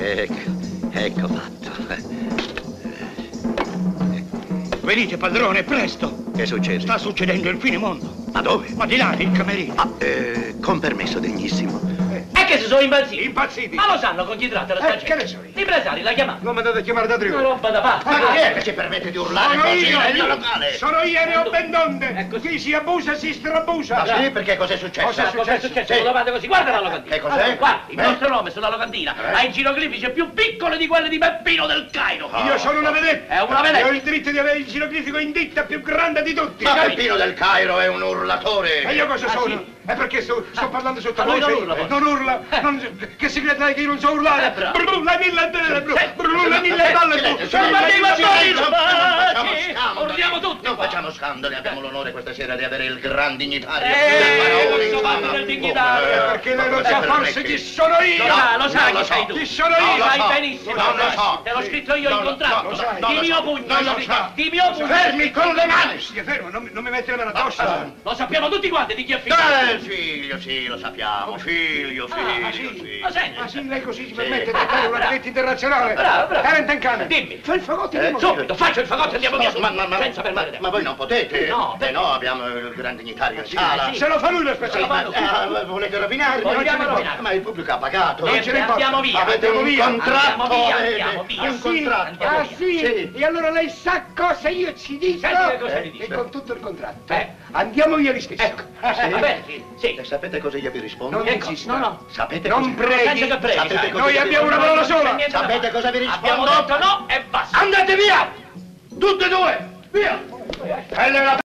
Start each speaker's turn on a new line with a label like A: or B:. A: Ecco,
B: Venite, padrone, presto!
A: Che è successo?
B: Sta succedendo il finimondo.
A: Ma dove?
B: Ma di là, nel camerino.
A: Ah, eh, con permesso degnissimo.
C: E che si sono impazziti?
B: Impazziti!
C: Ma lo sanno con chi tratta la
B: Eh,
C: sta gente?
B: che ne so io?
C: I presari l'ha chiamato.
D: Non mi date a chiamare da
C: Una
D: trio.
C: roba da Eh, pazzi.
B: Ma chi è?
A: ci Eh, permette di
B: Sono
A: così
B: io,
A: nel mio
B: io-
A: locale?
B: Sono io e ne ho ben donde.
C: Ecco sì.
B: Chi si abusa si strabusa.
A: Ma sì, perché cos'è successo?
B: Cosa è
C: Cosa è
B: successo?
C: successo?
A: Sì.
C: Lo domande così, guarda la locantina.
A: Che cos'è?
C: Allora, guarda, il
A: Eh.
C: nostro nome sulla locantina ha i geroglifici più piccoli di quelli di Peppino del Cairo.
A: Ah.
B: Io sono una vedetta.
C: È una vedetta.
B: E ho il diritto di avere il geroglifico in ditta più grande di tutti.
A: Ma
B: capito?
A: Peppino del Cairo è un urlatore.
B: E io cosa
C: Ah,
B: sono?
C: sì?
B: È perché sto, sto
C: Ah.
B: parlando
C: Ah,
B: sottovoce.
C: lui non urla,
B: Eh,
C: forse.
B: non urla. non- che si crede che io non so urlare?
C: Eh, bravo.
B: Brr, la mille brr, brr, brr, la mille
A: Eh,
B: balle.
A: silenzio,
B: brr.
A: silenzio,
C: Ma dei
A: silenzio,
C: mattoni
A: silenzio,
C: rubati!
A: non facciamo scandali.
C: Urliamo tutti
A: Non
C: qua.
A: facciamo scandali, abbiamo l'onore questa sera di avere il gran dignitario.
C: Eh,
A: il
C: lo
A: faraone,
C: so,
A: insomma.
C: parlo del dignitario.
A: Oh, eh,
B: Perché lei
A: ma
B: non sa
A: permetti?
B: forse chi sono io.
C: Lo sa, lo sa
A: non
C: chi
A: lo
C: sei
A: so.
C: tu.
B: Chi sono io?
C: Lo
A: lo
C: sai
A: so.
C: benissimo.
A: Non lo so.
C: Te l'ho scritto io
A: No,
C: in
A: no,
C: contratto.
A: no, lo sai.
C: di
A: No, lo
C: mio
A: so.
C: pugno.
A: Non
C: io
A: lo
C: ti-
A: so.
C: Di mio pugno.
A: Fermi con le mani.
B: Stia fermo, non, mi- non mi mette la mano
A: Ah,
B: addosso.
C: Lo sappiamo tutti quanti di chi è figlio.
A: Eh, figlio, sì, lo sappiamo. Figlio, figlio,
C: Ah,
A: figlio.
C: sì. Lo senti?
B: Ma sì, lei così ci
A: Sì.
B: permette di fare una
C: Bravo.
B: diretta internazionale.
C: Bravo, bravo.
B: Karen cane.
C: Dimmi.
B: Fai il fagotto di
A: Eh,
B: mondo.
C: Subito, faccio il fagotto e andiamo via.
A: Ma, ma- ma-
C: Senza
A: ma-
C: perdere tempo.
A: ma voi non potete.
C: No, Eh,
A: Eh, no, abbiamo il gran dignitario in sala.
B: Se lo fa lui lo
A: Sì, ma,
B: speciale.
A: eh, volete rovinarmi?
C: Vogliamo
A: Non ce ne può-
C: rovinarmi.
A: Ma il pubblico ha pagato.
C: Niente,
B: ce ne importa.
C: andiamo via.
A: Avete un
B: via.
A: contratto.
C: Andiamo via,
A: avete
C: andiamo via.
A: Un
C: Sì,
A: contratto.
C: andiamo
B: Ah
C: via.
B: sì?
A: Sì.
B: E allora lei sa cosa io ci dico? Eh,
C: Senti che cosa mi
B: E
C: dice.
B: con tutto il contratto.
C: Eh.
B: Andiamo via lì stesso. Ah,
C: Ecco,
A: Sì.
C: va bene, sì,
A: E
C: sì.
A: sapete cosa io vi rispondo?
B: Non
C: Ecco,
B: insista.
C: no, no.
A: Sapete
B: Non
A: cosa...
C: Senza
B: preghi.
C: che preghi,
A: Sapete
C: sai.
A: cosa-
B: Noi abbiamo una parola sola.
C: Niente da
A: Sapete
C: fare.
A: cosa vi
C: Abbiamo
A: rispondo?
C: detto no e basta.
A: Andate via! Tutte e due! Via! Quella è la